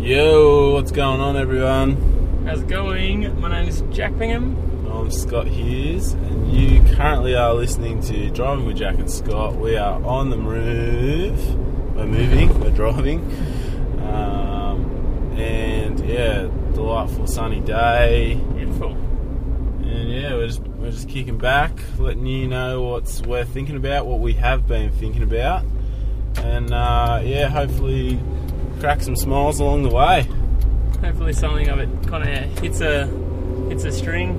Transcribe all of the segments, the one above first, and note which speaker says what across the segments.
Speaker 1: Yo, what's going on, everyone?
Speaker 2: How's it going? My name is Jack Bingham.
Speaker 1: I'm Scott Hughes, and you currently are listening to Driving with Jack and Scott. We are on the move. We're moving. We're driving. Um, and yeah, delightful sunny day.
Speaker 2: Beautiful.
Speaker 1: And yeah, we're just we're just kicking back, letting you know what's we're thinking about, what we have been thinking about, and uh, yeah, hopefully crack some smiles along the way.
Speaker 2: Hopefully something of it kind of hits a hits a string.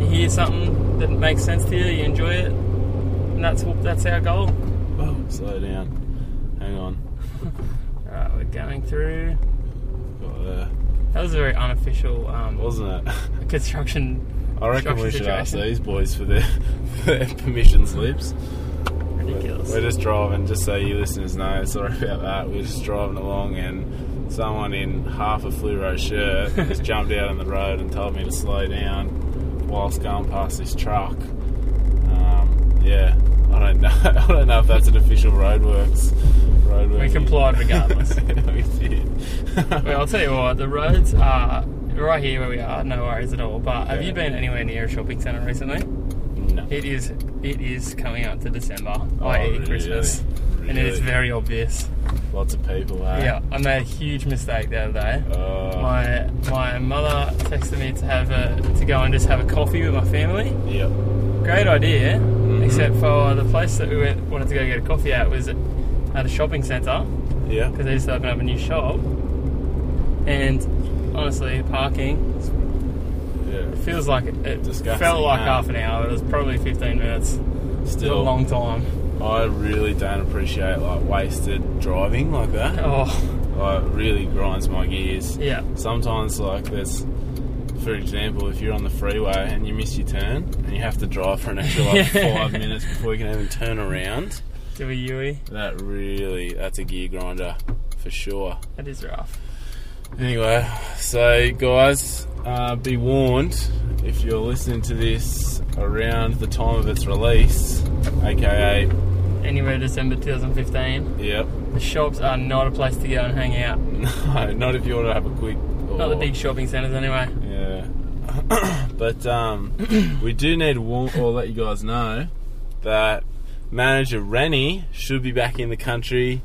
Speaker 2: you hear something that makes sense to you, you enjoy it, and that's what that's our goal.
Speaker 1: Whoa, slow down. Hang on.
Speaker 2: Alright, we're going through.
Speaker 1: Got there,
Speaker 2: That was a very unofficial um,
Speaker 1: wasn't it?
Speaker 2: construction.
Speaker 1: I reckon we
Speaker 2: construction
Speaker 1: should ask
Speaker 2: situation.
Speaker 1: these boys for their, for their permission slips.
Speaker 2: Ridiculous.
Speaker 1: We're just driving, just so you listeners know. Sorry about that. We're just driving along, and someone in half a fluoro shirt just jumped out on the road and told me to slow down whilst going past this truck. Um, yeah, I don't know. I don't know if that's an official roadworks. Roadworks.
Speaker 2: We complied regardless.
Speaker 1: we did.
Speaker 2: well, I'll tell you what, the roads are right here where we are. No worries at all. But have
Speaker 1: Yeah.
Speaker 2: you been anywhere near a shopping centre recently?
Speaker 1: no.
Speaker 2: It is. It is coming up to December,
Speaker 1: Oh,
Speaker 2: i.e.
Speaker 1: really?
Speaker 2: Christmas, and it is
Speaker 1: Really?
Speaker 2: very obvious.
Speaker 1: Lots of people. eh?
Speaker 2: Yeah, I made a huge mistake the other day.
Speaker 1: Oh,
Speaker 2: My my mother texted me to have a to go and just have a coffee with my family.
Speaker 1: Yep.
Speaker 2: Great idea, except for the place that we went, wanted to go get a coffee at was at a shopping centre
Speaker 1: Yeah.
Speaker 2: because they just opened up a new shop. And honestly, parking
Speaker 1: Yeah.
Speaker 2: feels like it, it
Speaker 1: Disgusting,
Speaker 2: felt like
Speaker 1: huh?
Speaker 2: half an hour. It was probably 15 minutes.
Speaker 1: Still
Speaker 2: a long time.
Speaker 1: I really don't appreciate like wasted driving like that.
Speaker 2: Oh.
Speaker 1: Like, it really grinds my gears.
Speaker 2: Yeah.
Speaker 1: Sometimes like there's, for example, if you're on the freeway and you miss your turn and you have to drive for an extra like five minutes before you can even turn around,
Speaker 2: Do a Yui.
Speaker 1: that really that's a gear grinder for sure.
Speaker 2: That is rough.
Speaker 1: Anyway, so guys, uh, be warned if you're listening to this around the time of its release, aka
Speaker 2: Anywhere December 2015,
Speaker 1: yep,
Speaker 2: the shops are not a place to go and hang out.
Speaker 1: no, not if you want to have a quick. Or,
Speaker 2: Not the big shopping centres, anyway.
Speaker 1: Yeah. but um, we do need to warn or let you guys know that manager Rennie should be back in the country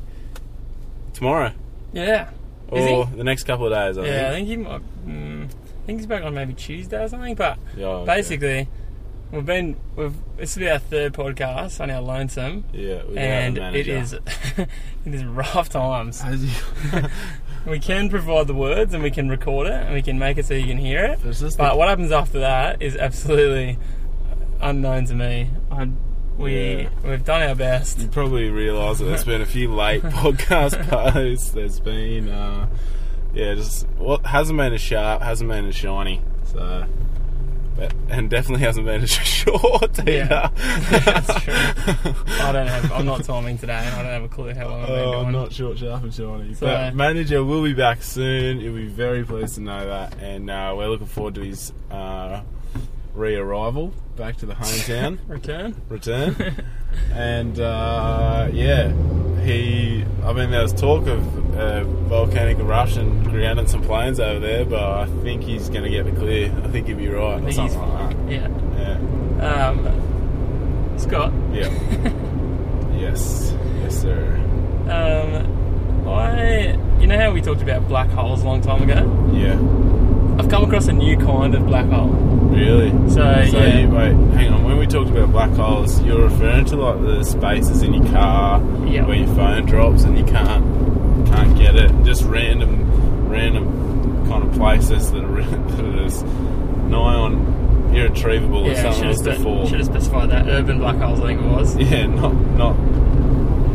Speaker 1: tomorrow
Speaker 2: Yeah. Is
Speaker 1: or the next couple of days. I
Speaker 2: he? Yeah, I
Speaker 1: think.
Speaker 2: think he might. Mm, I think he's back on maybe Tuesday or something. But
Speaker 1: Yeah, okay.
Speaker 2: basically, we've been. We've, this will be our third podcast on our lonesome,
Speaker 1: Yeah. without
Speaker 2: and
Speaker 1: the
Speaker 2: it
Speaker 1: manager.
Speaker 2: is it is rough times.
Speaker 1: As you-
Speaker 2: We can provide the words, and we can record it, and we can make it so you can hear it.
Speaker 1: There's just
Speaker 2: But
Speaker 1: the-
Speaker 2: what happens after that is absolutely unknown to me. I, we
Speaker 1: Yeah.
Speaker 2: we've done our best.
Speaker 1: you probably realise that there's been a few late podcast posts. There's been, uh, yeah, just what hasn't been as sharp, hasn't been as shiny. So, but, and definitely hasn't been as short either.
Speaker 2: Yeah. That's true. I don't have. I'm not timing today, and I don't have a clue how long I've been
Speaker 1: Oh,
Speaker 2: going.
Speaker 1: I'm not short, sharp, and shiny.
Speaker 2: So-
Speaker 1: but manager will be back soon. You'll be very pleased to know that, and uh, we're looking forward to his uh, re-arrival back to the hometown
Speaker 2: Return.
Speaker 1: return. and uh, yeah, he. I mean, there was talk of a volcanic eruption grounding some planes over there, but I think he's going to get the clear. I think he'd be right or
Speaker 2: think
Speaker 1: something
Speaker 2: he's
Speaker 1: like that.
Speaker 2: Yeah.
Speaker 1: Yeah.
Speaker 2: Um, Scott,
Speaker 1: Yeah. yes. Yes, sir.
Speaker 2: um, I, you know how we talked about black holes a long time ago?
Speaker 1: Yeah.
Speaker 2: I've come across a new kind of black hole.
Speaker 1: Really.
Speaker 2: So,
Speaker 1: So
Speaker 2: yeah,
Speaker 1: you, wait, hang on. When we talked about black holes, you're referring to like the spaces in your car
Speaker 2: Yeah.
Speaker 1: where your phone drops and you can't can't get it. Just random, random kind of places that are re- that are just nigh on irretrievable or
Speaker 2: yeah,
Speaker 1: something
Speaker 2: should have,
Speaker 1: else
Speaker 2: spe-
Speaker 1: before.
Speaker 2: should have specified that urban black holes. I think it was.
Speaker 1: Yeah, not not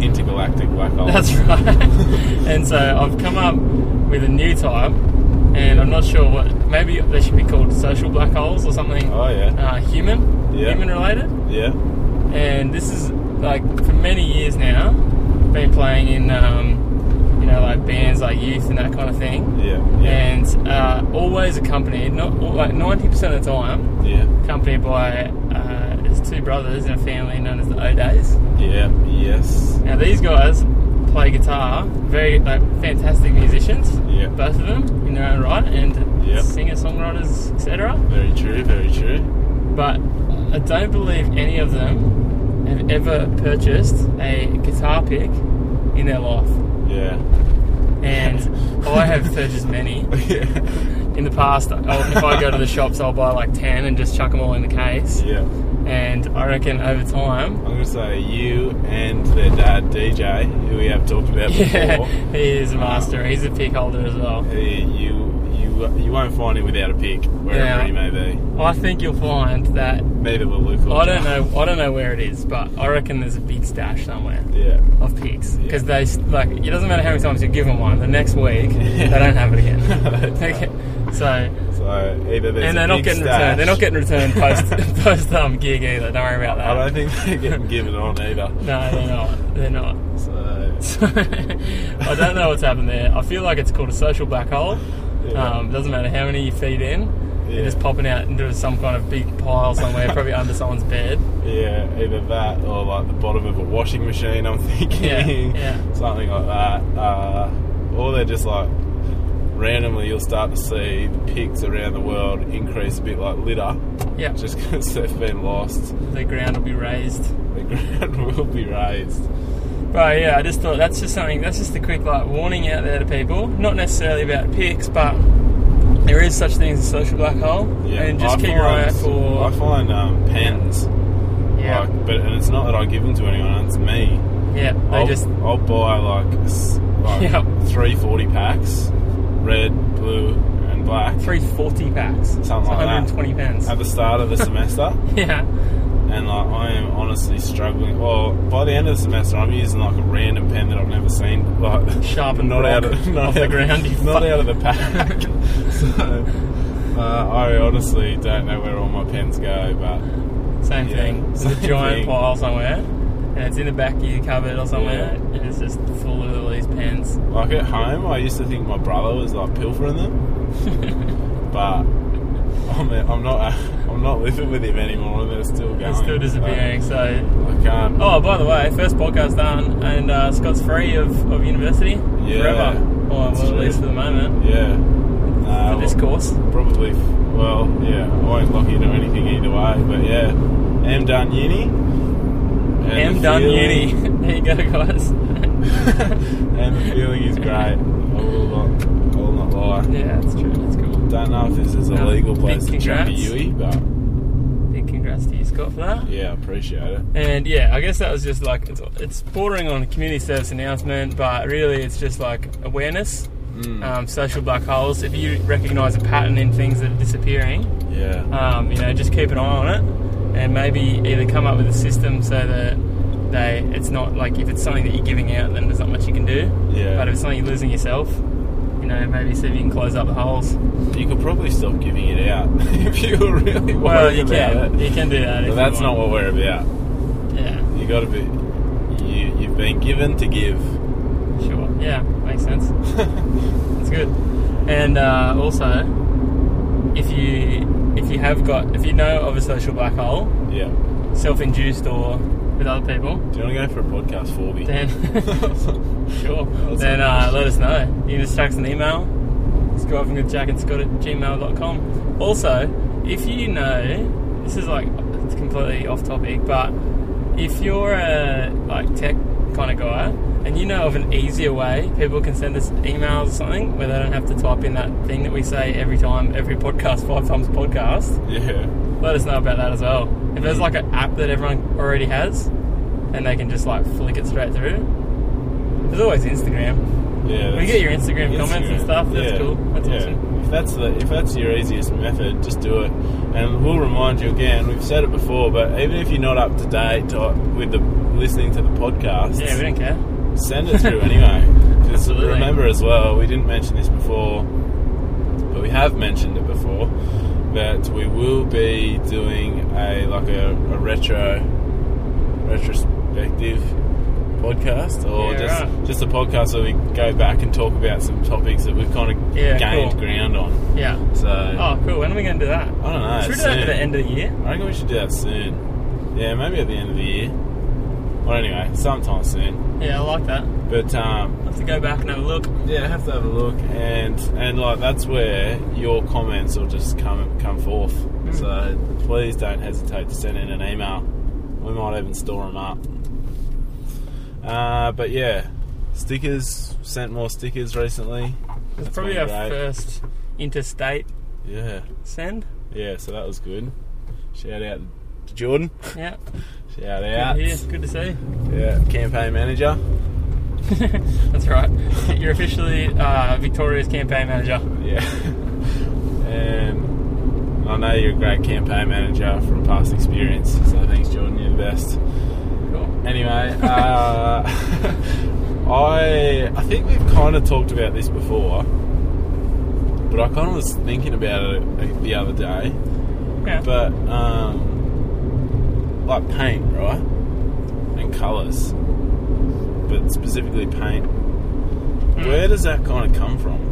Speaker 1: intergalactic black holes.
Speaker 2: That's right. and so I've come up with a new type, and I'm not sure what. Maybe they should be called social black holes or something.
Speaker 1: Oh yeah,
Speaker 2: Uh, human,
Speaker 1: Yeah.
Speaker 2: human related.
Speaker 1: yeah,
Speaker 2: and this is like for many years now been playing in um, you know like bands like youth and that kind of thing
Speaker 1: yeah, yeah,
Speaker 2: and uh, always accompanied not all- like 90% of the time
Speaker 1: yeah,
Speaker 2: accompanied by uh, his two brothers in a family known as the O'Days
Speaker 1: yeah, yes,
Speaker 2: now these guys play guitar very like fantastic musicians
Speaker 1: yeah,
Speaker 2: both of them in their own right, and
Speaker 1: Yep.
Speaker 2: singer songwriters, etc.
Speaker 1: Very true, very true.
Speaker 2: But I don't believe any of them have ever purchased a guitar pick in their life,
Speaker 1: Yeah.
Speaker 2: and I have purchased many
Speaker 1: yeah.
Speaker 2: in the past. I'll, if I go to the shops, I'll buy like ten and just chuck them all in the case.
Speaker 1: Yeah.
Speaker 2: And I reckon over time,
Speaker 1: I'm going to say you and their dad, DJ, who we have talked about
Speaker 2: yeah,
Speaker 1: before.
Speaker 2: he is a master. He's a pick holder as well.
Speaker 1: He, you, you, you won't find him without a pick, wherever
Speaker 2: Yeah.
Speaker 1: he may be.
Speaker 2: I think you'll find that
Speaker 1: Neither will Luke. or
Speaker 2: I don't
Speaker 1: John.
Speaker 2: know. I don't know where it is, but I reckon there's a big stash somewhere of pigs
Speaker 1: Yeah.
Speaker 2: because they s- like it doesn't matter how many times you give them one. The next week they don't have it again. Okay. so
Speaker 1: Yeah. So either there's
Speaker 2: and
Speaker 1: a
Speaker 2: they're not
Speaker 1: big
Speaker 2: getting
Speaker 1: stash-
Speaker 2: returned. They're not getting returned post post um, gig either. Don't worry about that.
Speaker 1: I don't think they're getting given on either.
Speaker 2: no, they're not. They're not.
Speaker 1: So
Speaker 2: So, I don't know what's happened there. I feel like it's called a social black hole.
Speaker 1: Yeah.
Speaker 2: Um, doesn't matter how many you feed in,
Speaker 1: Yeah.
Speaker 2: they're just popping out into some kind of big pile somewhere, probably under someone's bed.
Speaker 1: yeah, either that or like the bottom of a washing machine. I'm thinking
Speaker 2: Yeah, yeah.
Speaker 1: something like that. Uh, or they're just like randomly you'll start to see the pigs around the world increase a bit like litter,
Speaker 2: Yeah,
Speaker 1: just because they've been lost.
Speaker 2: the ground will be raised.
Speaker 1: The ground will be raised.
Speaker 2: But yeah, I just thought that's just something. That's just a quick like warning out there to people. Not necessarily about pics, but there is such things as social black hole, and just
Speaker 1: I
Speaker 2: keep your eye out
Speaker 1: find-
Speaker 2: for
Speaker 1: I find um, pens.
Speaker 2: yeah,
Speaker 1: Like, but and it's not that I give them to anyone. It's me.
Speaker 2: yeah. They
Speaker 1: I'll,
Speaker 2: just
Speaker 1: I'll buy like, s- like
Speaker 2: Yep.
Speaker 1: three forty packs, red, blue, and black
Speaker 2: three forty packs, something
Speaker 1: like that.
Speaker 2: 120 pence.
Speaker 1: at the start of the semester,
Speaker 2: yeah,
Speaker 1: and like I am honestly struggling. Well, by the end of the semester, I'm using like a random pen that I've never seen. Like
Speaker 2: sharp and
Speaker 1: not out
Speaker 2: rock
Speaker 1: of not
Speaker 2: off the
Speaker 1: out-
Speaker 2: ground. You
Speaker 1: not
Speaker 2: fuck.
Speaker 1: out of the pack. so uh, I honestly don't know where all my pens go, but
Speaker 2: Same
Speaker 1: Yeah,
Speaker 2: thing. There's a
Speaker 1: same
Speaker 2: giant
Speaker 1: thing.
Speaker 2: pile somewhere, and it's in the back of your cupboard or somewhere,
Speaker 1: Yeah.
Speaker 2: and it's just full of all these pens.
Speaker 1: like at home, I used to think my brother was like pilfering them, but. I'm, I'm not. I'm not living with him anymore, and they're still going.
Speaker 2: It's still disappearing. So,
Speaker 1: I can't.
Speaker 2: oh, by the way, first podcast done, and uh, Scott's free of, of university
Speaker 1: Yeah,
Speaker 2: forever. Well,
Speaker 1: that's
Speaker 2: well, at least
Speaker 1: true. Uh,
Speaker 2: for the moment.
Speaker 1: Yeah. Nah,
Speaker 2: for Oh. this
Speaker 1: well,
Speaker 2: course,
Speaker 1: probably. Well, yeah. I won't lock into anything either way. But yeah, am done uni. And
Speaker 2: M
Speaker 1: the
Speaker 2: done
Speaker 1: feeling-
Speaker 2: uni. there you go, guys.
Speaker 1: and the feeling is great. I will not. I will not lie.
Speaker 2: yeah, that's true. That's cool.
Speaker 1: Don't know if this is a
Speaker 2: No,
Speaker 1: legal
Speaker 2: big
Speaker 1: place to jump a
Speaker 2: congrats.
Speaker 1: Yui, but
Speaker 2: Big congrats to you, Scott, for that.
Speaker 1: yeah, I appreciate it.
Speaker 2: And yeah, I guess that was just like it's, it's bordering on a community service announcement, but really it's just like awareness,
Speaker 1: Mm,
Speaker 2: um, social black holes. If you recognise a pattern in things that are disappearing,
Speaker 1: yeah.
Speaker 2: um, you know, just keep an eye on it, and maybe either come up with a system so that they it's not like if it's something that you're giving out, then there's not much you can do.
Speaker 1: Yeah.
Speaker 2: But if it's something you're losing yourself, you know, maybe see if you can close up the holes.
Speaker 1: you could probably stop giving it out if you were really worried
Speaker 2: Well, you
Speaker 1: about
Speaker 2: can
Speaker 1: it.
Speaker 2: you can do that. if
Speaker 1: But
Speaker 2: you
Speaker 1: that's not
Speaker 2: want.
Speaker 1: what we're about.
Speaker 2: Yeah.
Speaker 1: You got to be. You, you've been given to give.
Speaker 2: Sure. Yeah. Makes sense. That's good. And uh, also, if you if you have got if you know of a social black hole,
Speaker 1: yeah.
Speaker 2: self-induced or with other people,
Speaker 1: Do you want to go for a podcast Forby?
Speaker 2: then sure.
Speaker 1: was
Speaker 2: Then
Speaker 1: a
Speaker 2: uh,
Speaker 1: nice-
Speaker 2: let us know. You can just chuck us an email. It's driving with Jack and Scott at gmail.com. Also, if you know, this is like it's completely off topic, but if you're a like tech kind of guy and you know of an easier way, people can send us emails or something where they don't have to type in that thing that we say every time, every podcast, five times podcast
Speaker 1: yeah.
Speaker 2: let us know about that as well. If there's like an app that everyone already has and they can just like flick it straight through, there's always Instagram.
Speaker 1: Yeah.
Speaker 2: We get your Instagram, comments and
Speaker 1: Instagram.
Speaker 2: stuff. That's
Speaker 1: Yeah.
Speaker 2: cool. That's
Speaker 1: yeah.
Speaker 2: awesome.
Speaker 1: If that's the if that's your easiest method, just do it. And we'll remind you again. We've said it before, but even if you're not up to date or with the listening to the podcast,
Speaker 2: Yeah, we don't care.
Speaker 1: send it through anyway. 'Cause
Speaker 2: Absolutely.
Speaker 1: remember as well, we didn't mention this before, but we have mentioned it before that we will be doing a like a, a retro retrospective podcast or
Speaker 2: Yeah,
Speaker 1: just
Speaker 2: right.
Speaker 1: just a podcast where we go back and talk about some topics that we've kind of
Speaker 2: Yeah,
Speaker 1: gained
Speaker 2: cool.
Speaker 1: ground on.
Speaker 2: Yeah.
Speaker 1: So
Speaker 2: Oh, cool. When are we going to do that?
Speaker 1: I don't know.
Speaker 2: Should we do that at
Speaker 1: soon.
Speaker 2: the end of the year?
Speaker 1: I reckon we should do that soon. Yeah, maybe at the end of the year. Or anyway, sometime soon.
Speaker 2: Yeah, I like that.
Speaker 1: But um,
Speaker 2: I'll have to go back and have a look.
Speaker 1: yeah, I have to have a look, and and like that's where your comments will just come come forth.
Speaker 2: Mm.
Speaker 1: So please don't hesitate to send in an email. We might even store them up. Uh, but yeah, stickers sent more stickers recently.
Speaker 2: It's
Speaker 1: That's
Speaker 2: probably
Speaker 1: been
Speaker 2: our
Speaker 1: great.
Speaker 2: first interstate
Speaker 1: Yeah,
Speaker 2: send.
Speaker 1: yeah. So that was good. Shout out to Jordan.
Speaker 2: Yeah.
Speaker 1: Shout
Speaker 2: Yeah.
Speaker 1: out.
Speaker 2: Good, to hear. good to see.
Speaker 1: Yeah, campaign manager.
Speaker 2: That's right. You're officially uh, Victoria's campaign manager.
Speaker 1: Yeah. and I know you're a great campaign manager from past experience, so thanks, Jordan. You're the best.
Speaker 2: Cool.
Speaker 1: Anyway, uh, I I think we've kind of talked about this before, but I kind of was thinking about it like, the other day.
Speaker 2: Yeah.
Speaker 1: But um, like paint, right, and colours, but specifically paint.
Speaker 2: Mm.
Speaker 1: Where does that kind of come from?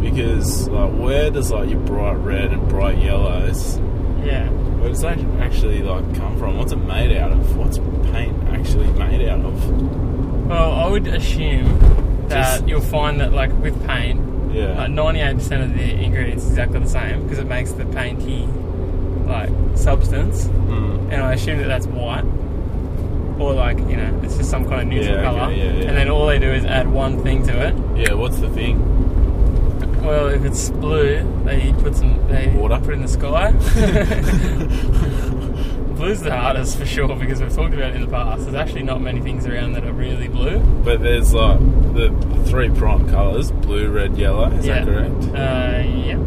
Speaker 1: Because like, where does like your bright red and bright yellows?
Speaker 2: Yeah.
Speaker 1: Where does that actually like come from? What's it made out of? What's paint actually made out of?
Speaker 2: Well, I would assume that
Speaker 1: Just-
Speaker 2: you'll find that, like, with paint,
Speaker 1: Yeah,
Speaker 2: Like ninety-eight percent of the ingredients is exactly the same because it makes the painty like substance,
Speaker 1: mm.
Speaker 2: and I assume that that's white, or like you know it's just some kind of neutral
Speaker 1: Yeah, okay,
Speaker 2: color.
Speaker 1: yeah, yeah.
Speaker 2: And then all they do is add one thing to it.
Speaker 1: yeah. What's the thing?
Speaker 2: Well, if it's blue, they put some they
Speaker 1: Water?
Speaker 2: put it in the sky. Blue's the hardest for sure because we've talked about it in the past. There's actually not many things around that are really blue.
Speaker 1: But there's like the, the three prime colours: blue, red, yellow. Is that
Speaker 2: yeah.
Speaker 1: correct?
Speaker 2: Uh, yeah.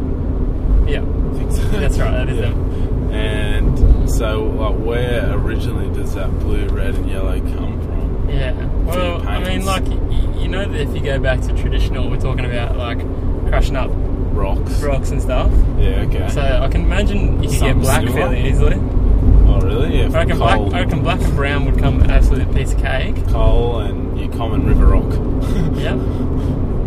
Speaker 2: Yeah.
Speaker 1: I think so.
Speaker 2: That's right, that is
Speaker 1: Yeah. And so, like, where originally does that blue, red, and yellow come from?
Speaker 2: Yeah. Well, I mean,
Speaker 1: paintings.
Speaker 2: like, y- you know that if you go back to traditional, we're talking about like crushing up
Speaker 1: Rocks.
Speaker 2: rocks and stuff.
Speaker 1: Yeah. Okay.
Speaker 2: So I can imagine you could get
Speaker 1: Something
Speaker 2: black
Speaker 1: similar?
Speaker 2: fairly easily.
Speaker 1: oh, really? Yeah.
Speaker 2: I reckon
Speaker 1: From
Speaker 2: black,
Speaker 1: coal,
Speaker 2: I reckon black and brown would come absolute piece of cake.
Speaker 1: coal, and your common river rock.
Speaker 2: Yeah.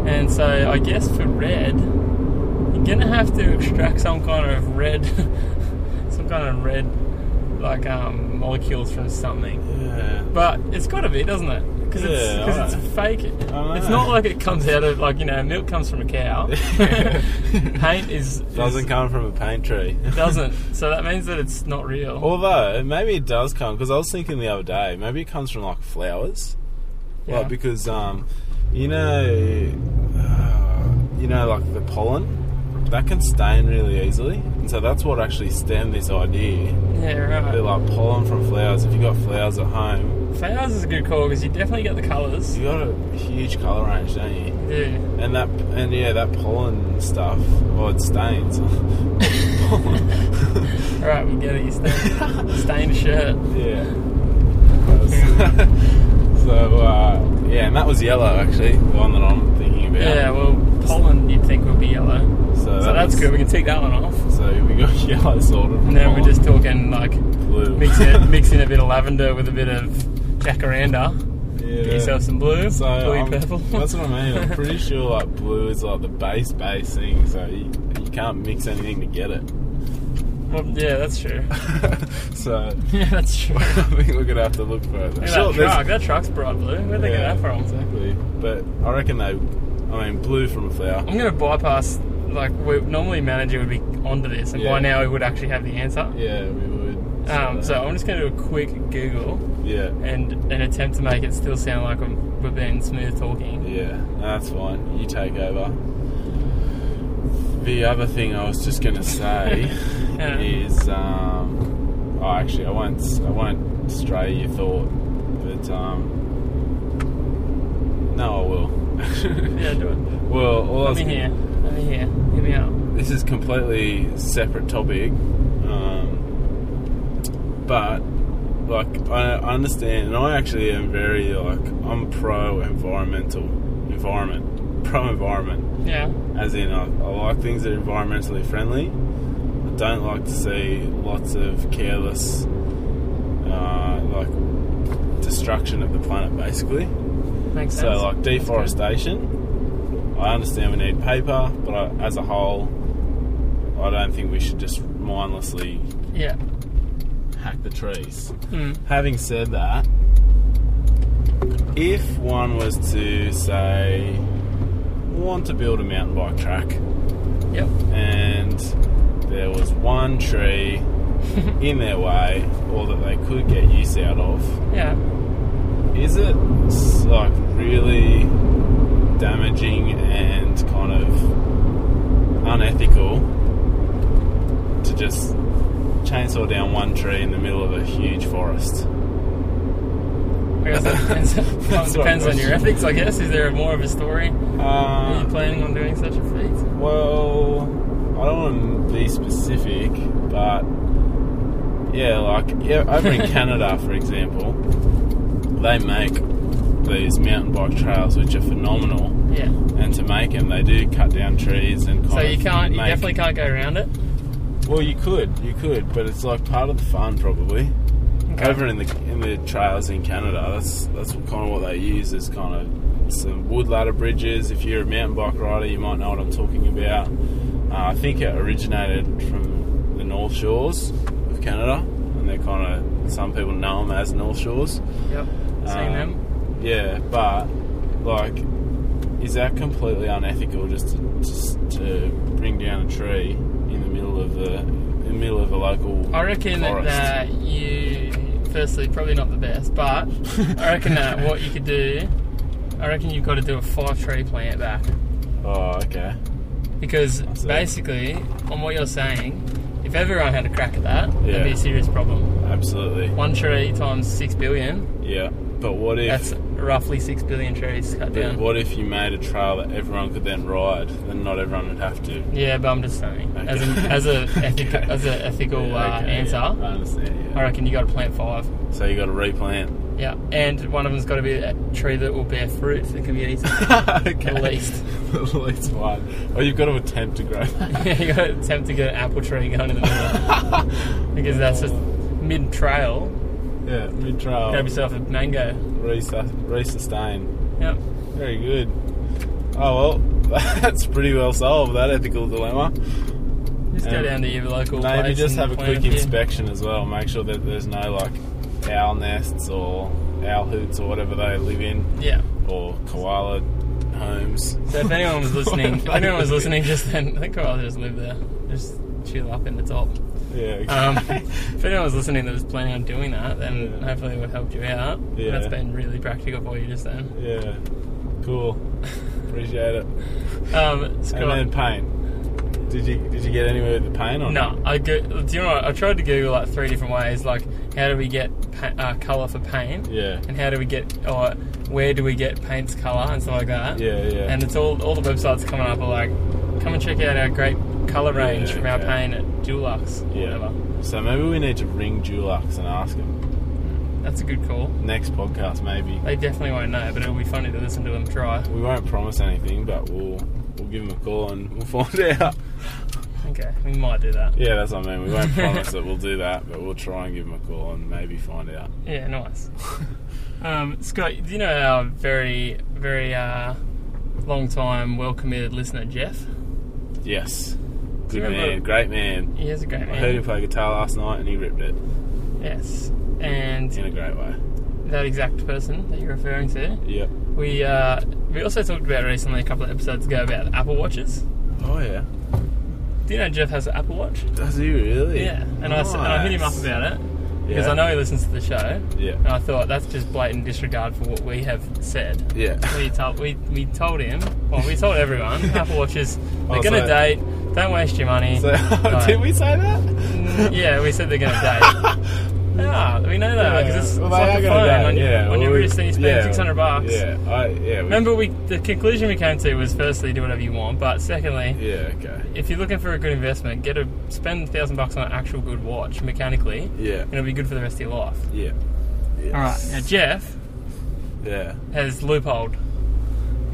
Speaker 2: And so I guess for red, you're gonna have to extract some kind of red, some kind of red, like um, molecules from something.
Speaker 1: yeah.
Speaker 2: But it's got to be, doesn't it? Because it's,
Speaker 1: Yeah,
Speaker 2: cause
Speaker 1: I
Speaker 2: it's fake.
Speaker 1: know.
Speaker 2: It's not like it comes out of, like, you know, milk comes from a cow. Paint is.
Speaker 1: Doesn't
Speaker 2: is-
Speaker 1: come from a paint tree.
Speaker 2: Doesn't. So that means that it's not real.
Speaker 1: Although maybe it does come because I was thinking the other day, maybe it comes from like flowers,
Speaker 2: Yeah.
Speaker 1: like because um, you know, uh, you know, like the pollen that can stain really easily, and so that's what actually stemmed this idea.
Speaker 2: yeah, right.
Speaker 1: But like pollen from flowers, if you got flowers at home,
Speaker 2: Flowers is a good call because you definitely get the colours.
Speaker 1: you got a huge color range, don't you?
Speaker 2: Yeah.
Speaker 1: And that and yeah, that pollen stuff, oh, it stains.
Speaker 2: Alright, we get it. You stained, stained shirt.
Speaker 1: Yeah. so uh, yeah, and that was yellow actually, the one that I'm thinking about.
Speaker 2: Yeah, well, pollen you'd think would be yellow.
Speaker 1: So, that
Speaker 2: so that's
Speaker 1: was-
Speaker 2: good. We can take that one off.
Speaker 1: So we got yellow sorted.
Speaker 2: And then we're just talking, like,
Speaker 1: blue.
Speaker 2: mixing, it, mixing a bit of lavender with a bit of jacaranda.
Speaker 1: yeah.
Speaker 2: Get yourself some blue,
Speaker 1: So
Speaker 2: blue
Speaker 1: I'm-
Speaker 2: purple.
Speaker 1: that's what I mean. I'm pretty sure like blue is like the base base thing, so you, you can't mix anything to get it.
Speaker 2: Well, yeah, that's true.
Speaker 1: so
Speaker 2: Yeah, that's true. Look
Speaker 1: I think we're gonna have to look further.
Speaker 2: at
Speaker 1: Sure,
Speaker 2: that
Speaker 1: there's-
Speaker 2: truck. That truck's bright blue. Where'd they
Speaker 1: Yeah,
Speaker 2: get that from?
Speaker 1: Exactly. But I reckon they. I mean, blue from a flower.
Speaker 2: I'm gonna bypass. Like, we, normally manager would be onto this, and
Speaker 1: Yeah.
Speaker 2: by now we would actually have the answer.
Speaker 1: Yeah, we would.
Speaker 2: Um, so I'm just gonna do a quick Google
Speaker 1: yeah.
Speaker 2: and an attempt to make it still sound like I'm, we're being smooth talking.
Speaker 1: Yeah, no, that's fine. You take over. The other thing I was just gonna say
Speaker 2: Yeah.
Speaker 1: is, um, oh, actually, I won't. I won't stray your thought, but um, no, I will.
Speaker 2: Yeah, do it.
Speaker 1: well, all I
Speaker 2: Let
Speaker 1: was
Speaker 2: me
Speaker 1: gonna-
Speaker 2: hear. Let me hear. Hear me out.
Speaker 1: this is completely separate topic, um, but like I I understand, and I actually am very like I'm pro environmental environment, pro environment,
Speaker 2: Yeah.
Speaker 1: as in I, I like things that are environmentally friendly. I don't like to see lots of careless, uh, like destruction of the planet, basically.
Speaker 2: Makes
Speaker 1: So,
Speaker 2: sense.
Speaker 1: like deforestation, I understand we need paper, but I, as a whole, I don't think we should just mindlessly
Speaker 2: yeah.
Speaker 1: hack the trees.
Speaker 2: Mm.
Speaker 1: Having said that, if one was to say, want to build a mountain bike track,
Speaker 2: Yep.
Speaker 1: and there was one tree in their way, or that they could get use out of,
Speaker 2: Yeah.
Speaker 1: is it s- like really damaging and kind of unethical to just chainsaw down one tree in the middle of a huge forest?
Speaker 2: I guess that depends, well, it
Speaker 1: That's my
Speaker 2: depends on your
Speaker 1: question.
Speaker 2: ethics, I guess. Is there more of a story? Are you
Speaker 1: Um,
Speaker 2: planning on doing such a feat?
Speaker 1: Well, I don't want to be specific, but yeah, like yeah, over in Canada, for example, they make these mountain bike trails which are phenomenal,
Speaker 2: Yeah.
Speaker 1: and to make them, they do cut down trees and kind
Speaker 2: So you
Speaker 1: of
Speaker 2: can't, you
Speaker 1: make-
Speaker 2: definitely can't go around it.
Speaker 1: Well, you could, you could, but it's like part of the fun, probably.
Speaker 2: Okay.
Speaker 1: Over in the in the trails in Canada, that's that's kind of what they use is kind of some wood ladder bridges. If you're a mountain bike rider, you might know what I'm talking about. Uh, I think it originated from the North Shores of Canada, and they're kind of some people know them as North Shores.
Speaker 2: Yep. Seeing
Speaker 1: Um,
Speaker 2: them.
Speaker 1: Yeah, but like, is that completely unethical just to, just to bring down a tree in the middle of the in the middle of a local?
Speaker 2: I reckon
Speaker 1: forest?
Speaker 2: that you, firstly, probably not the best, but I reckon that what you could do, I reckon you've got to do a five tree plant back.
Speaker 1: Oh, okay.
Speaker 2: Because
Speaker 1: I see.
Speaker 2: basically, on what you're saying, if everyone had a crack at that,
Speaker 1: Yeah.
Speaker 2: that'd be a serious problem.
Speaker 1: Absolutely.
Speaker 2: One tree times six billion,
Speaker 1: Yeah, but what if?
Speaker 2: that's roughly six billion trees cut
Speaker 1: but
Speaker 2: down.
Speaker 1: What if you made a trail that everyone could then ride? Then not everyone would have to.
Speaker 2: Yeah, but I'm just saying,
Speaker 1: Okay.
Speaker 2: as an as a ethic,
Speaker 1: Okay.
Speaker 2: as a ethical
Speaker 1: Yeah,
Speaker 2: uh,
Speaker 1: okay,
Speaker 2: answer,
Speaker 1: yeah, I understand.
Speaker 2: I
Speaker 1: Yeah.
Speaker 2: reckon you got to plant five.
Speaker 1: So you got to replant.
Speaker 2: Yeah, and one of them's got to be a tree that will bear fruit that can be eaten.
Speaker 1: okay.
Speaker 2: At least.
Speaker 1: At least one. Or you've got to attempt to grow. that.
Speaker 2: yeah, you got to attempt to get an apple tree going in the middle because that's just mid trail.
Speaker 1: yeah, mid
Speaker 2: Grab
Speaker 1: trail.
Speaker 2: yourself a mango.
Speaker 1: Resustain.
Speaker 2: Yep.
Speaker 1: Very good. Oh well, that's pretty well solved that ethical dilemma.
Speaker 2: Just go
Speaker 1: Um,
Speaker 2: down to your local.
Speaker 1: Maybe
Speaker 2: place
Speaker 1: just
Speaker 2: and
Speaker 1: have a
Speaker 2: plant
Speaker 1: quick
Speaker 2: few.
Speaker 1: inspection as well. Make sure that there's no like owl nests or owl hoots or whatever they live in.
Speaker 2: Yeah.
Speaker 1: or koala homes.
Speaker 2: So if anyone was listening, if
Speaker 1: Whatever
Speaker 2: anyone was
Speaker 1: they-
Speaker 2: listening, just then I think I'll just live there. Just chill up in the top.
Speaker 1: yeah,
Speaker 2: Um,
Speaker 1: okay.
Speaker 2: if anyone was listening that was planning on doing that, then
Speaker 1: Yeah.
Speaker 2: hopefully we've helped you out.
Speaker 1: Yeah.
Speaker 2: That's been really practical for you just then.
Speaker 1: yeah, cool. Appreciate it.
Speaker 2: Um, Scott,
Speaker 1: And then pain. Did you did you get anywhere with the pain or
Speaker 2: no, I go, do you know what? I tried to Google like three different ways, like how do we get pa- uh, color for paint,
Speaker 1: Yeah,
Speaker 2: and how do we get or where do we get paint's color and stuff like that.
Speaker 1: yeah, yeah.
Speaker 2: And it's all all the websites coming up are like, come and check out our great color
Speaker 1: Yeah,
Speaker 2: range from our
Speaker 1: okay.
Speaker 2: paint at Dulux. or
Speaker 1: yeah.
Speaker 2: Whatever.
Speaker 1: So maybe we need to ring Dulux and ask him
Speaker 2: That's a good call.
Speaker 1: next podcast. Maybe
Speaker 2: They definitely won't know, but it'll be funny to listen to them try.
Speaker 1: we won't promise anything, but we'll we'll give him a call and we'll find out.
Speaker 2: Okay, we might do that.
Speaker 1: Yeah, that's what I mean. We won't promise that we'll do that, but we'll try and give him a call and maybe find out.
Speaker 2: Yeah, nice. um, Scott, do you know our very, very uh, long time, well committed listener, Jeff?
Speaker 1: Yes, good
Speaker 2: remember-
Speaker 1: man, great man.
Speaker 2: He is a great
Speaker 1: I heard
Speaker 2: man.
Speaker 1: him play guitar last night and he ripped it
Speaker 2: Yes. And
Speaker 1: in a great way.
Speaker 2: that exact person that you're referring to,
Speaker 1: Yep.
Speaker 2: we uh, we also talked about recently a couple of episodes ago about Apple Watches.
Speaker 1: Oh yeah.
Speaker 2: Do you know Jeff has an Apple Watch?
Speaker 1: Does he really?
Speaker 2: Yeah. And, I, s- and I hit him up
Speaker 1: Nice.
Speaker 2: about it because
Speaker 1: Yeah.
Speaker 2: I know he Oh, listens to the show. And
Speaker 1: Yeah.
Speaker 2: I thought that's just blatant disregard for what we have said.
Speaker 1: Yeah.
Speaker 2: we told we, we told him. Well, we told everyone. Apple Watches. They're
Speaker 1: Oh,
Speaker 2: gonna
Speaker 1: so-
Speaker 2: date. Don't waste your money.
Speaker 1: So
Speaker 2: Like,
Speaker 1: did we say that?
Speaker 2: mm, yeah, we said they're gonna date. yeah, we know that because it's,
Speaker 1: Well,
Speaker 2: it's
Speaker 1: they
Speaker 2: like
Speaker 1: are
Speaker 2: a
Speaker 1: gonna
Speaker 2: phone
Speaker 1: die,
Speaker 2: on your
Speaker 1: yeah.
Speaker 2: on your
Speaker 1: Well, we-
Speaker 2: wrist and you spend
Speaker 1: yeah.
Speaker 2: six hundred bucks.
Speaker 1: Yeah. I, yeah. we-
Speaker 2: Remember, we the conclusion we came to was firstly do whatever you want, but secondly.
Speaker 1: Yeah. Okay.
Speaker 2: If you're looking for a good investment, get a spend a thousand bucks on an actual good watch mechanically, and
Speaker 1: Yeah.
Speaker 2: it'll be good for the rest of your life.
Speaker 1: Yeah. Yes.
Speaker 2: All right, now Jeff
Speaker 1: Yeah.
Speaker 2: has loopholed.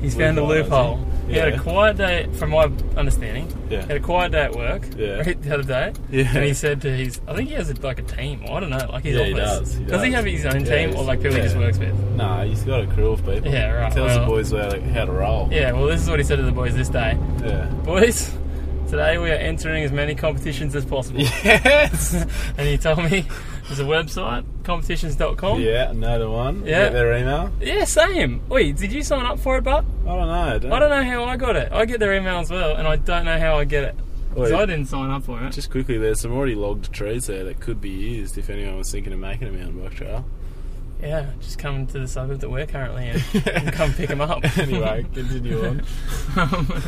Speaker 2: He's found a
Speaker 1: Loophole,
Speaker 2: loophole.
Speaker 1: has he?
Speaker 2: He had
Speaker 1: Yeah.
Speaker 2: a quiet day, from my understanding.
Speaker 1: Yeah.
Speaker 2: Had a quiet day at work.
Speaker 1: Yeah.
Speaker 2: right, the other day.
Speaker 1: Yeah.
Speaker 2: And he said to his, I think he has like a team. I don't know, like his
Speaker 1: Yeah,
Speaker 2: office.
Speaker 1: he does, he
Speaker 2: he
Speaker 1: does.
Speaker 2: have his own
Speaker 1: Yeah,
Speaker 2: team
Speaker 1: he's-
Speaker 2: or like people he just
Speaker 1: yeah.
Speaker 2: works with?
Speaker 1: Nah, he's got a crew of people.
Speaker 2: Yeah, right,
Speaker 1: He tells
Speaker 2: well-
Speaker 1: the boys where, like, how to roll.
Speaker 2: Yeah. Well, this is what he said to the boys this day.
Speaker 1: Yeah.
Speaker 2: Boys, Today we are entering as many competitions as possible.
Speaker 1: Yes.
Speaker 2: And you told me there's a website, competitions.com.
Speaker 1: yeah, another one.
Speaker 2: Yeah.
Speaker 1: Get their email.
Speaker 2: Yeah, same. Wait, did you sign up for it, but
Speaker 1: I don't know. I don't,
Speaker 2: I don't know how I got it. I get their email as well, and I don't know how I get it. Because
Speaker 1: Wait.
Speaker 2: I didn't sign up for it.
Speaker 1: Just quickly, there's some already logged trees there that could be used if anyone was thinking of making a mountain bike trail.
Speaker 2: Yeah, just come to the suburb that we're currently in and come pick them up.
Speaker 1: anyway, continue on.
Speaker 2: um,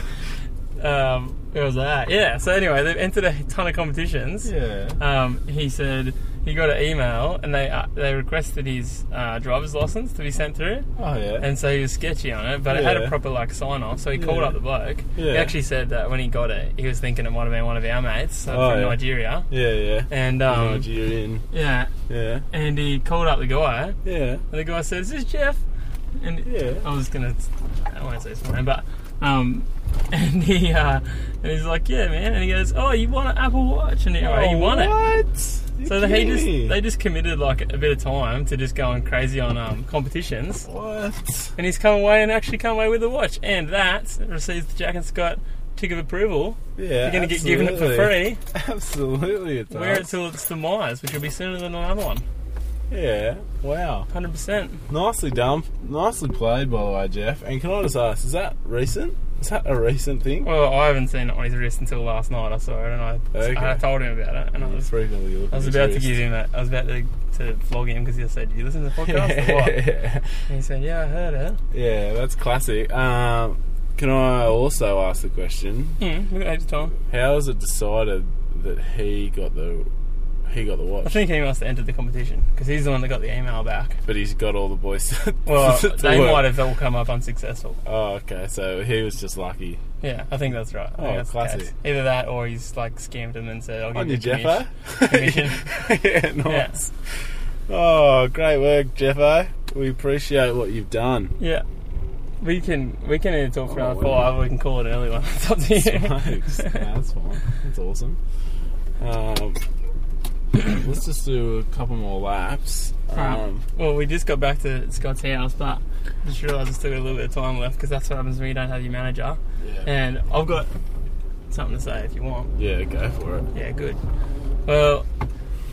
Speaker 2: um, where was I at? Yeah, so anyway, they've entered a ton of competitions.
Speaker 1: Yeah.
Speaker 2: Um, he said he got an email and they uh, they requested his uh, driver's license to be sent through.
Speaker 1: Oh yeah.
Speaker 2: And so he was sketchy on it, but it had a
Speaker 1: Yeah.
Speaker 2: proper like sign off. So he called
Speaker 1: Yeah.
Speaker 2: up the bloke.
Speaker 1: Yeah.
Speaker 2: He actually said that when he got it, he was thinking it might have been one of our mates uh,
Speaker 1: Oh,
Speaker 2: from
Speaker 1: yeah.
Speaker 2: Nigeria.
Speaker 1: yeah, yeah.
Speaker 2: And um,
Speaker 1: Nigerian.
Speaker 2: yeah,
Speaker 1: Yeah.
Speaker 2: and he called up the guy,
Speaker 1: Yeah.
Speaker 2: and the guy said, "Is this Jeff?" And
Speaker 1: Yeah.
Speaker 2: I was gonna, I won't say his name, but um, and he uh, and he's like, "Yeah, man," and he goes, "Oh, you want an Apple Watch?" And anyway, he won it.
Speaker 1: Oh, What?
Speaker 2: So they just they just committed like a bit of time to just going crazy on um, competitions,
Speaker 1: What?
Speaker 2: and he's come away and actually come away with a watch, and that receives the Jack and Scott tick of approval.
Speaker 1: Yeah.
Speaker 2: You're gonna get given it for
Speaker 1: absolutely.
Speaker 2: free.
Speaker 1: Absolutely, it does.
Speaker 2: Wear it till its demise, which will be sooner than another one.
Speaker 1: yeah. Wow.
Speaker 2: Hundred percent.
Speaker 1: Nicely done. Nicely played, by the way, Jeff. And can I just ask, is that recent? Is that a recent thing?
Speaker 2: Well, I haven't seen it on his wrist until last night. I saw it, and I,
Speaker 1: Okay.
Speaker 2: I told him about it, and I
Speaker 1: You
Speaker 2: was
Speaker 1: frequently look
Speaker 2: I was
Speaker 1: at
Speaker 2: about to
Speaker 1: his
Speaker 2: give him a, I was about to to vlog him because he said, "Do you listen to the podcast?" or what? And
Speaker 1: wrist.
Speaker 2: he said, "Yeah, I heard it."
Speaker 1: yeah, that's classic. Um, can I also ask the question?
Speaker 2: Hmm, we got heaps of time.
Speaker 1: How is it decided that he got the he got the
Speaker 2: I
Speaker 1: watch,
Speaker 2: think he must have entered the competition because he's the one that got the email back.
Speaker 1: but he's got all the boys? to-
Speaker 2: Well,
Speaker 1: to
Speaker 2: they
Speaker 1: work?
Speaker 2: might have all come up unsuccessful.
Speaker 1: Oh, okay. So he was just lucky.
Speaker 2: Yeah, I think that's right. I think
Speaker 1: Oh,
Speaker 2: that's the
Speaker 1: classy. Oh,
Speaker 2: case. Either that or he's like scammed him and said, "I'll give
Speaker 1: On
Speaker 2: you
Speaker 1: your
Speaker 2: commish-
Speaker 1: Jeffo.
Speaker 2: commission."
Speaker 1: yeah, nice. Oh, great work, Jeffo. We appreciate what you've done.
Speaker 2: yeah. We can we can either talk for
Speaker 1: Oh,
Speaker 2: another
Speaker 1: well.
Speaker 2: five or we can call it an early one. It's up to you.
Speaker 1: Smokes. Nah, that's fine. That's awesome. Um, let's just do a couple more laps. Um,
Speaker 2: well, we just got back to Scott's house, but just realised I still got a little bit of time left because that's what happens when you don't have your manager.
Speaker 1: yeah.
Speaker 2: And I've got something to say if you want.
Speaker 1: yeah, go for it.
Speaker 2: Yeah, good. Well,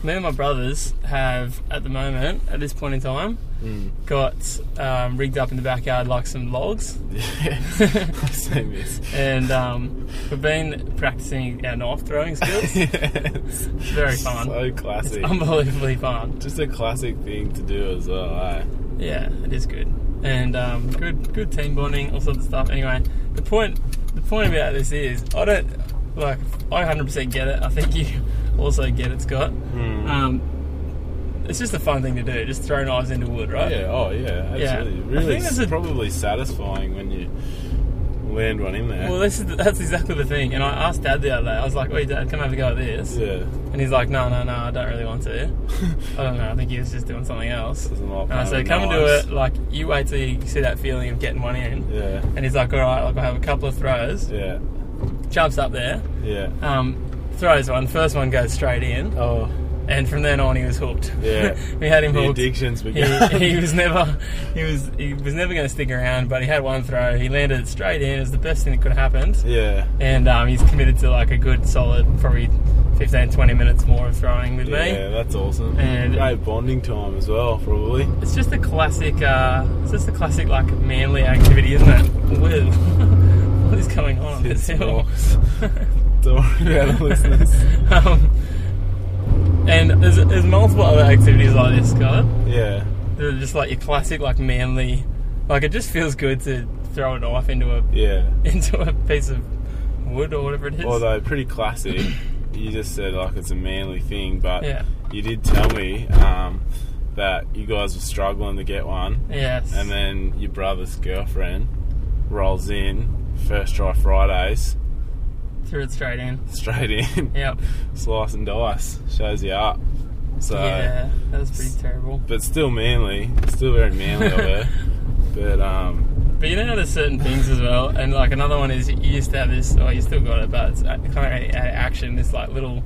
Speaker 2: me and my brothers have, at the moment, at this point in time,
Speaker 1: Mm.
Speaker 2: got um, rigged up in the backyard like some logs,
Speaker 1: Yeah. I say miss.
Speaker 2: and um, we've been practicing our knife throwing skills.
Speaker 1: Yes.
Speaker 2: It's very fun.
Speaker 1: So
Speaker 2: it's
Speaker 1: classic.
Speaker 2: unbelievably fun.
Speaker 1: Just a classic thing to do as well. Eh?
Speaker 2: Yeah, it is good. And um, good good team bonding, all sorts of stuff. Anyway, the point the point about this is I don't like I hundred percent get it. I think you also get it, Scott.
Speaker 1: Mm.
Speaker 2: Um, it's just a fun thing to do, just throw knives into wood, right?
Speaker 1: Yeah. Oh, yeah.
Speaker 2: Yeah.
Speaker 1: Absolutely.
Speaker 2: I
Speaker 1: Really,
Speaker 2: think that's a-
Speaker 1: probably satisfying when you land one in there.
Speaker 2: Well, this is that's exactly the thing. And I asked Dad the other day. I was like, "Wait, Dad, come have a go at this,"
Speaker 1: yeah.
Speaker 2: and he's like, "No, no, no, I don't really want to. I don't know. I think he was just doing something else."
Speaker 1: Doesn't like
Speaker 2: And I
Speaker 1: playing
Speaker 2: said,
Speaker 1: with
Speaker 2: "Come and do
Speaker 1: knives.
Speaker 2: it. Like, you wait till you see that feeling of getting one in."
Speaker 1: Yeah.
Speaker 2: And he's like, "All right, like I have a couple of throws."
Speaker 1: Yeah.
Speaker 2: Jumps up there,
Speaker 1: Yeah.
Speaker 2: um, throws one. First one goes straight in,
Speaker 1: Oh.
Speaker 2: and from then on, he was hooked.
Speaker 1: Yeah.
Speaker 2: we had him
Speaker 1: The
Speaker 2: hooked.
Speaker 1: addictions began.
Speaker 2: he, he was never he was he was never going to stick around but he had one throw he landed it straight in it was the best thing that could have happened
Speaker 1: yeah.
Speaker 2: and um, he's committed to like a good solid probably 15 20 minutes more of throwing with
Speaker 1: Yeah,
Speaker 2: me
Speaker 1: that's awesome.
Speaker 2: And-
Speaker 1: Great bonding time as well, probably.
Speaker 2: it's just a classic uh, it's just a classic like manly activity isn't it Whoa. what is going on on this
Speaker 1: It's
Speaker 2: hill
Speaker 1: nice. Don't worry about the listeners.
Speaker 2: um, and there's, there's multiple other activities like this Scott
Speaker 1: Yeah.
Speaker 2: that are just like your classic like manly like it just feels good to throw a knife into a
Speaker 1: Yeah.
Speaker 2: into a piece of wood or whatever it is.
Speaker 1: Although pretty classic, you just said like it's a manly thing, but
Speaker 2: Yeah.
Speaker 1: you did tell me um, that you guys were struggling to get one,
Speaker 2: yes.
Speaker 1: and then your brother's girlfriend rolls in first try Fridays
Speaker 2: threw it straight in.
Speaker 1: straight in,
Speaker 2: Yep.
Speaker 1: slice and dice, shows you up. So,
Speaker 2: yeah, that was pretty terrible.
Speaker 1: but still manly, still very manly of her. But um,
Speaker 2: But you know, there's certain things as well, and like another one is you used to have this, or you still got it, but it's kind of out of action. This like little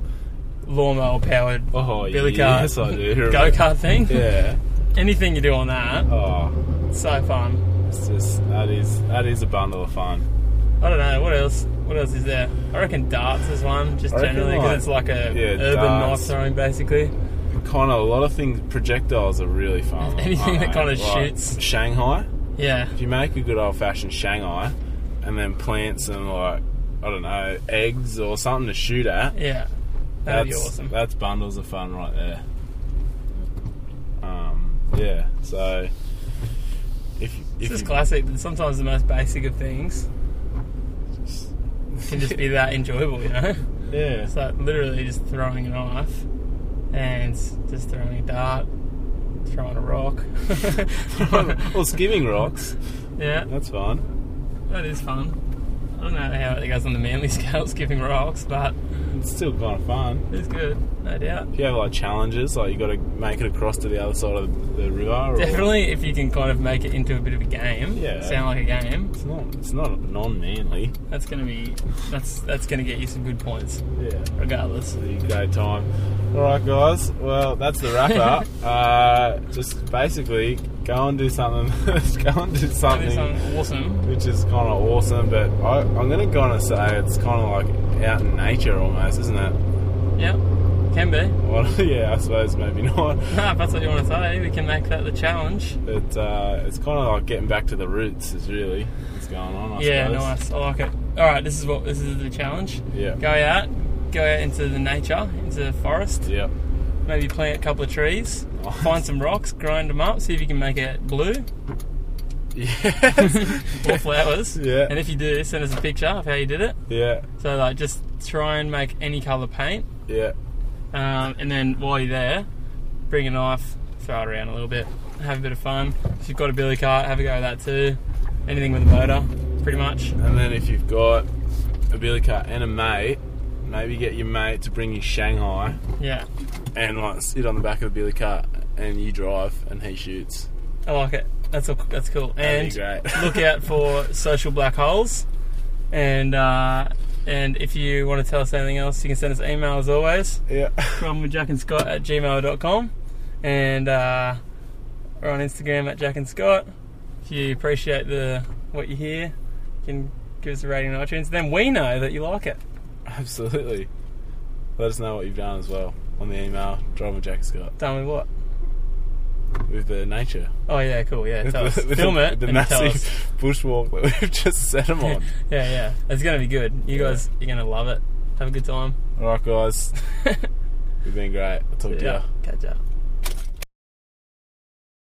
Speaker 2: lawnmower powered
Speaker 1: oh
Speaker 2: billy cart,
Speaker 1: yes, I do.
Speaker 2: go kart thing.
Speaker 1: Yeah.
Speaker 2: Anything you do on that,
Speaker 1: Oh,
Speaker 2: it's so fun.
Speaker 1: it's just that is that is a bundle of fun.
Speaker 2: I don't know what else. What else is there? I reckon darts is one, just
Speaker 1: I reckon,
Speaker 2: generally because
Speaker 1: like-
Speaker 2: it's like a
Speaker 1: yeah,
Speaker 2: urban
Speaker 1: darts.
Speaker 2: knife throwing, basically.
Speaker 1: Connor, a lot of things, projectiles are really fun.
Speaker 2: Anything that
Speaker 1: aren't they?
Speaker 2: kinda
Speaker 1: Like,
Speaker 2: shoots.
Speaker 1: Shanghai.
Speaker 2: Yeah,
Speaker 1: If you make a good old fashioned Shanghai and then plant some, like, I don't know, eggs or something to shoot at,
Speaker 2: yeah, that'd be awesome.
Speaker 1: That's bundles of fun right there. Um, yeah, so. If, if
Speaker 2: This is
Speaker 1: you-
Speaker 2: classic, but sometimes the most basic of things can just be that enjoyable, you know?
Speaker 1: Yeah.
Speaker 2: It's like literally just throwing a knife and just throwing a dart, throwing a rock.
Speaker 1: well, skimming rocks.
Speaker 2: yeah,
Speaker 1: That's fun.
Speaker 2: that is fun. I don't know how it goes on the manly scale, skipping rocks, but
Speaker 1: It's still kind of fun.
Speaker 2: it's good, no doubt.
Speaker 1: If you have like challenges, like you got to make it across to the other side of the river. Or,
Speaker 2: Definitely, if you can kind of make it into a bit of a game,
Speaker 1: Yeah.
Speaker 2: sound like a game,
Speaker 1: It's not. It's not non-manly.
Speaker 2: that's gonna be that's that's gonna get you some good points,
Speaker 1: Yeah.
Speaker 2: regardless.
Speaker 1: It's a great time. All right, guys. Well, that's the wrap up. uh, just basically go and do something. go and do
Speaker 2: That'd be
Speaker 1: something.
Speaker 2: something awesome.
Speaker 1: which is kind of awesome. But I, I'm going to kind of say it's kind of like out in nature almost, isn't it?
Speaker 2: Yeah, can be.
Speaker 1: Well, yeah, I suppose maybe not.
Speaker 2: Nah, if that's what you want to say, we can make that the challenge.
Speaker 1: But uh, it's kind of like getting back to the roots is really what's going on. I
Speaker 2: yeah,
Speaker 1: suppose.
Speaker 2: nice. I like it. All right, this is what this is the challenge.
Speaker 1: Yeah.
Speaker 2: Go out, go out into the nature, into the forest.
Speaker 1: Yep.
Speaker 2: Maybe plant a couple of trees,
Speaker 1: Nice.
Speaker 2: find some rocks, grind them up, see if you can make it blue
Speaker 1: Yes.
Speaker 2: or flowers.
Speaker 1: Yeah.
Speaker 2: And if you do, send us a picture of how you did it.
Speaker 1: yeah.
Speaker 2: So like, just try and make any color paint,
Speaker 1: Yeah.
Speaker 2: um, and then while you're there, bring a knife, throw it around a little bit, have a bit of fun. If you've got a billy cart, have a go at that too. Anything with a motor, pretty much.
Speaker 1: And then if you've got a billy cart and a mate, maybe get your mate to bring you Shanghai
Speaker 2: Yeah,
Speaker 1: and like sit on the back of a billy cart and you drive and he shoots.
Speaker 2: I like it. That's all, that's cool.
Speaker 1: That'd
Speaker 2: And
Speaker 1: be great.
Speaker 2: look out for social black holes. And uh, and if you want to tell us anything else, you can send us email as always
Speaker 1: yeah.
Speaker 2: from with Jack and Scott at gmail.com. And uh, we're on Instagram at Jack and Scott. If you appreciate the what you hear, you can give us a rating on iTunes. Then we know that you like it.
Speaker 1: Absolutely. Let us know what you've done as well on the email, Driver Jack Scott,
Speaker 2: Done with what?
Speaker 1: with the nature.
Speaker 2: Oh yeah, cool. Yeah, tell us.
Speaker 1: With the-
Speaker 2: Film it
Speaker 1: with The
Speaker 2: and tell us.
Speaker 1: massive bushwalk that we've just set them on.
Speaker 2: Yeah, yeah. It's gonna be good. You
Speaker 1: Yeah.
Speaker 2: guys, you're gonna love it. Have a good time.
Speaker 1: All right, guys. You've been great. I'll talk to you.
Speaker 2: Catch up.